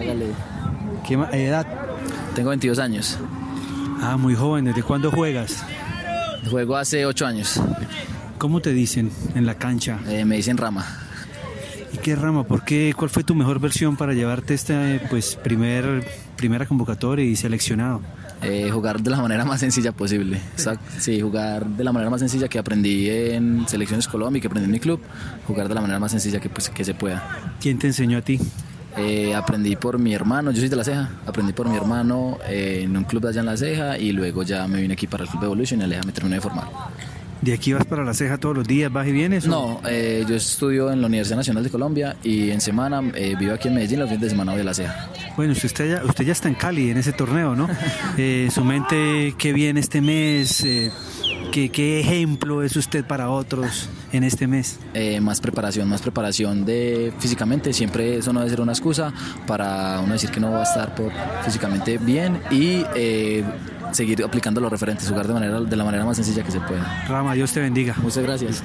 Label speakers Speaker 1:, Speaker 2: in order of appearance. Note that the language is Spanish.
Speaker 1: Chévere. ¿Qué ma- eh, edad?
Speaker 2: Tengo 22 años.
Speaker 1: Ah, muy joven. ¿Desde cuándo juegas?
Speaker 2: Juego hace 8 años.
Speaker 1: ¿Cómo te dicen en la cancha?
Speaker 2: Eh, me dicen Rama.
Speaker 1: ¿Y qué rama? ¿Por qué? ¿Cuál fue tu mejor versión para llevarte esta eh, pues, primer, primera convocatoria y seleccionado?
Speaker 2: Eh, jugar de la manera más sencilla posible. O sea, sí, jugar de la manera más sencilla que aprendí en Selecciones Colombia y que aprendí en mi club. Jugar de la manera más sencilla que, pues, que se pueda.
Speaker 1: ¿Quién te enseñó a ti?
Speaker 2: Eh, aprendí por mi hermano, yo soy de La Ceja, aprendí por mi hermano eh, en un club de allá en La Ceja y luego ya me vine aquí para el Club Evolution y Aleja me terminé de formar.
Speaker 1: ¿De aquí vas para la ceja todos los días? ¿Vas y vienes? o-
Speaker 2: No, eh, yo estudio en la Universidad Nacional de Colombia y en semana eh, vivo aquí en Medellín, los fines de semana voy a La Ceja.
Speaker 1: Bueno, usted está ya, usted ya está en Cali en ese torneo, ¿no? Eh, su mente, ¿qué viene este mes? Eh, ¿qué, qué ejemplo es usted para otros en este mes?
Speaker 2: Eh, más preparación, más preparación de físicamente, siempre eso no debe ser una excusa para uno decir que no va a estar por físicamente bien y eh, seguir aplicando los referentes, jugar de, manera, de la manera más sencilla que se pueda.
Speaker 1: Rama, Dios te bendiga.
Speaker 2: Muchas gracias.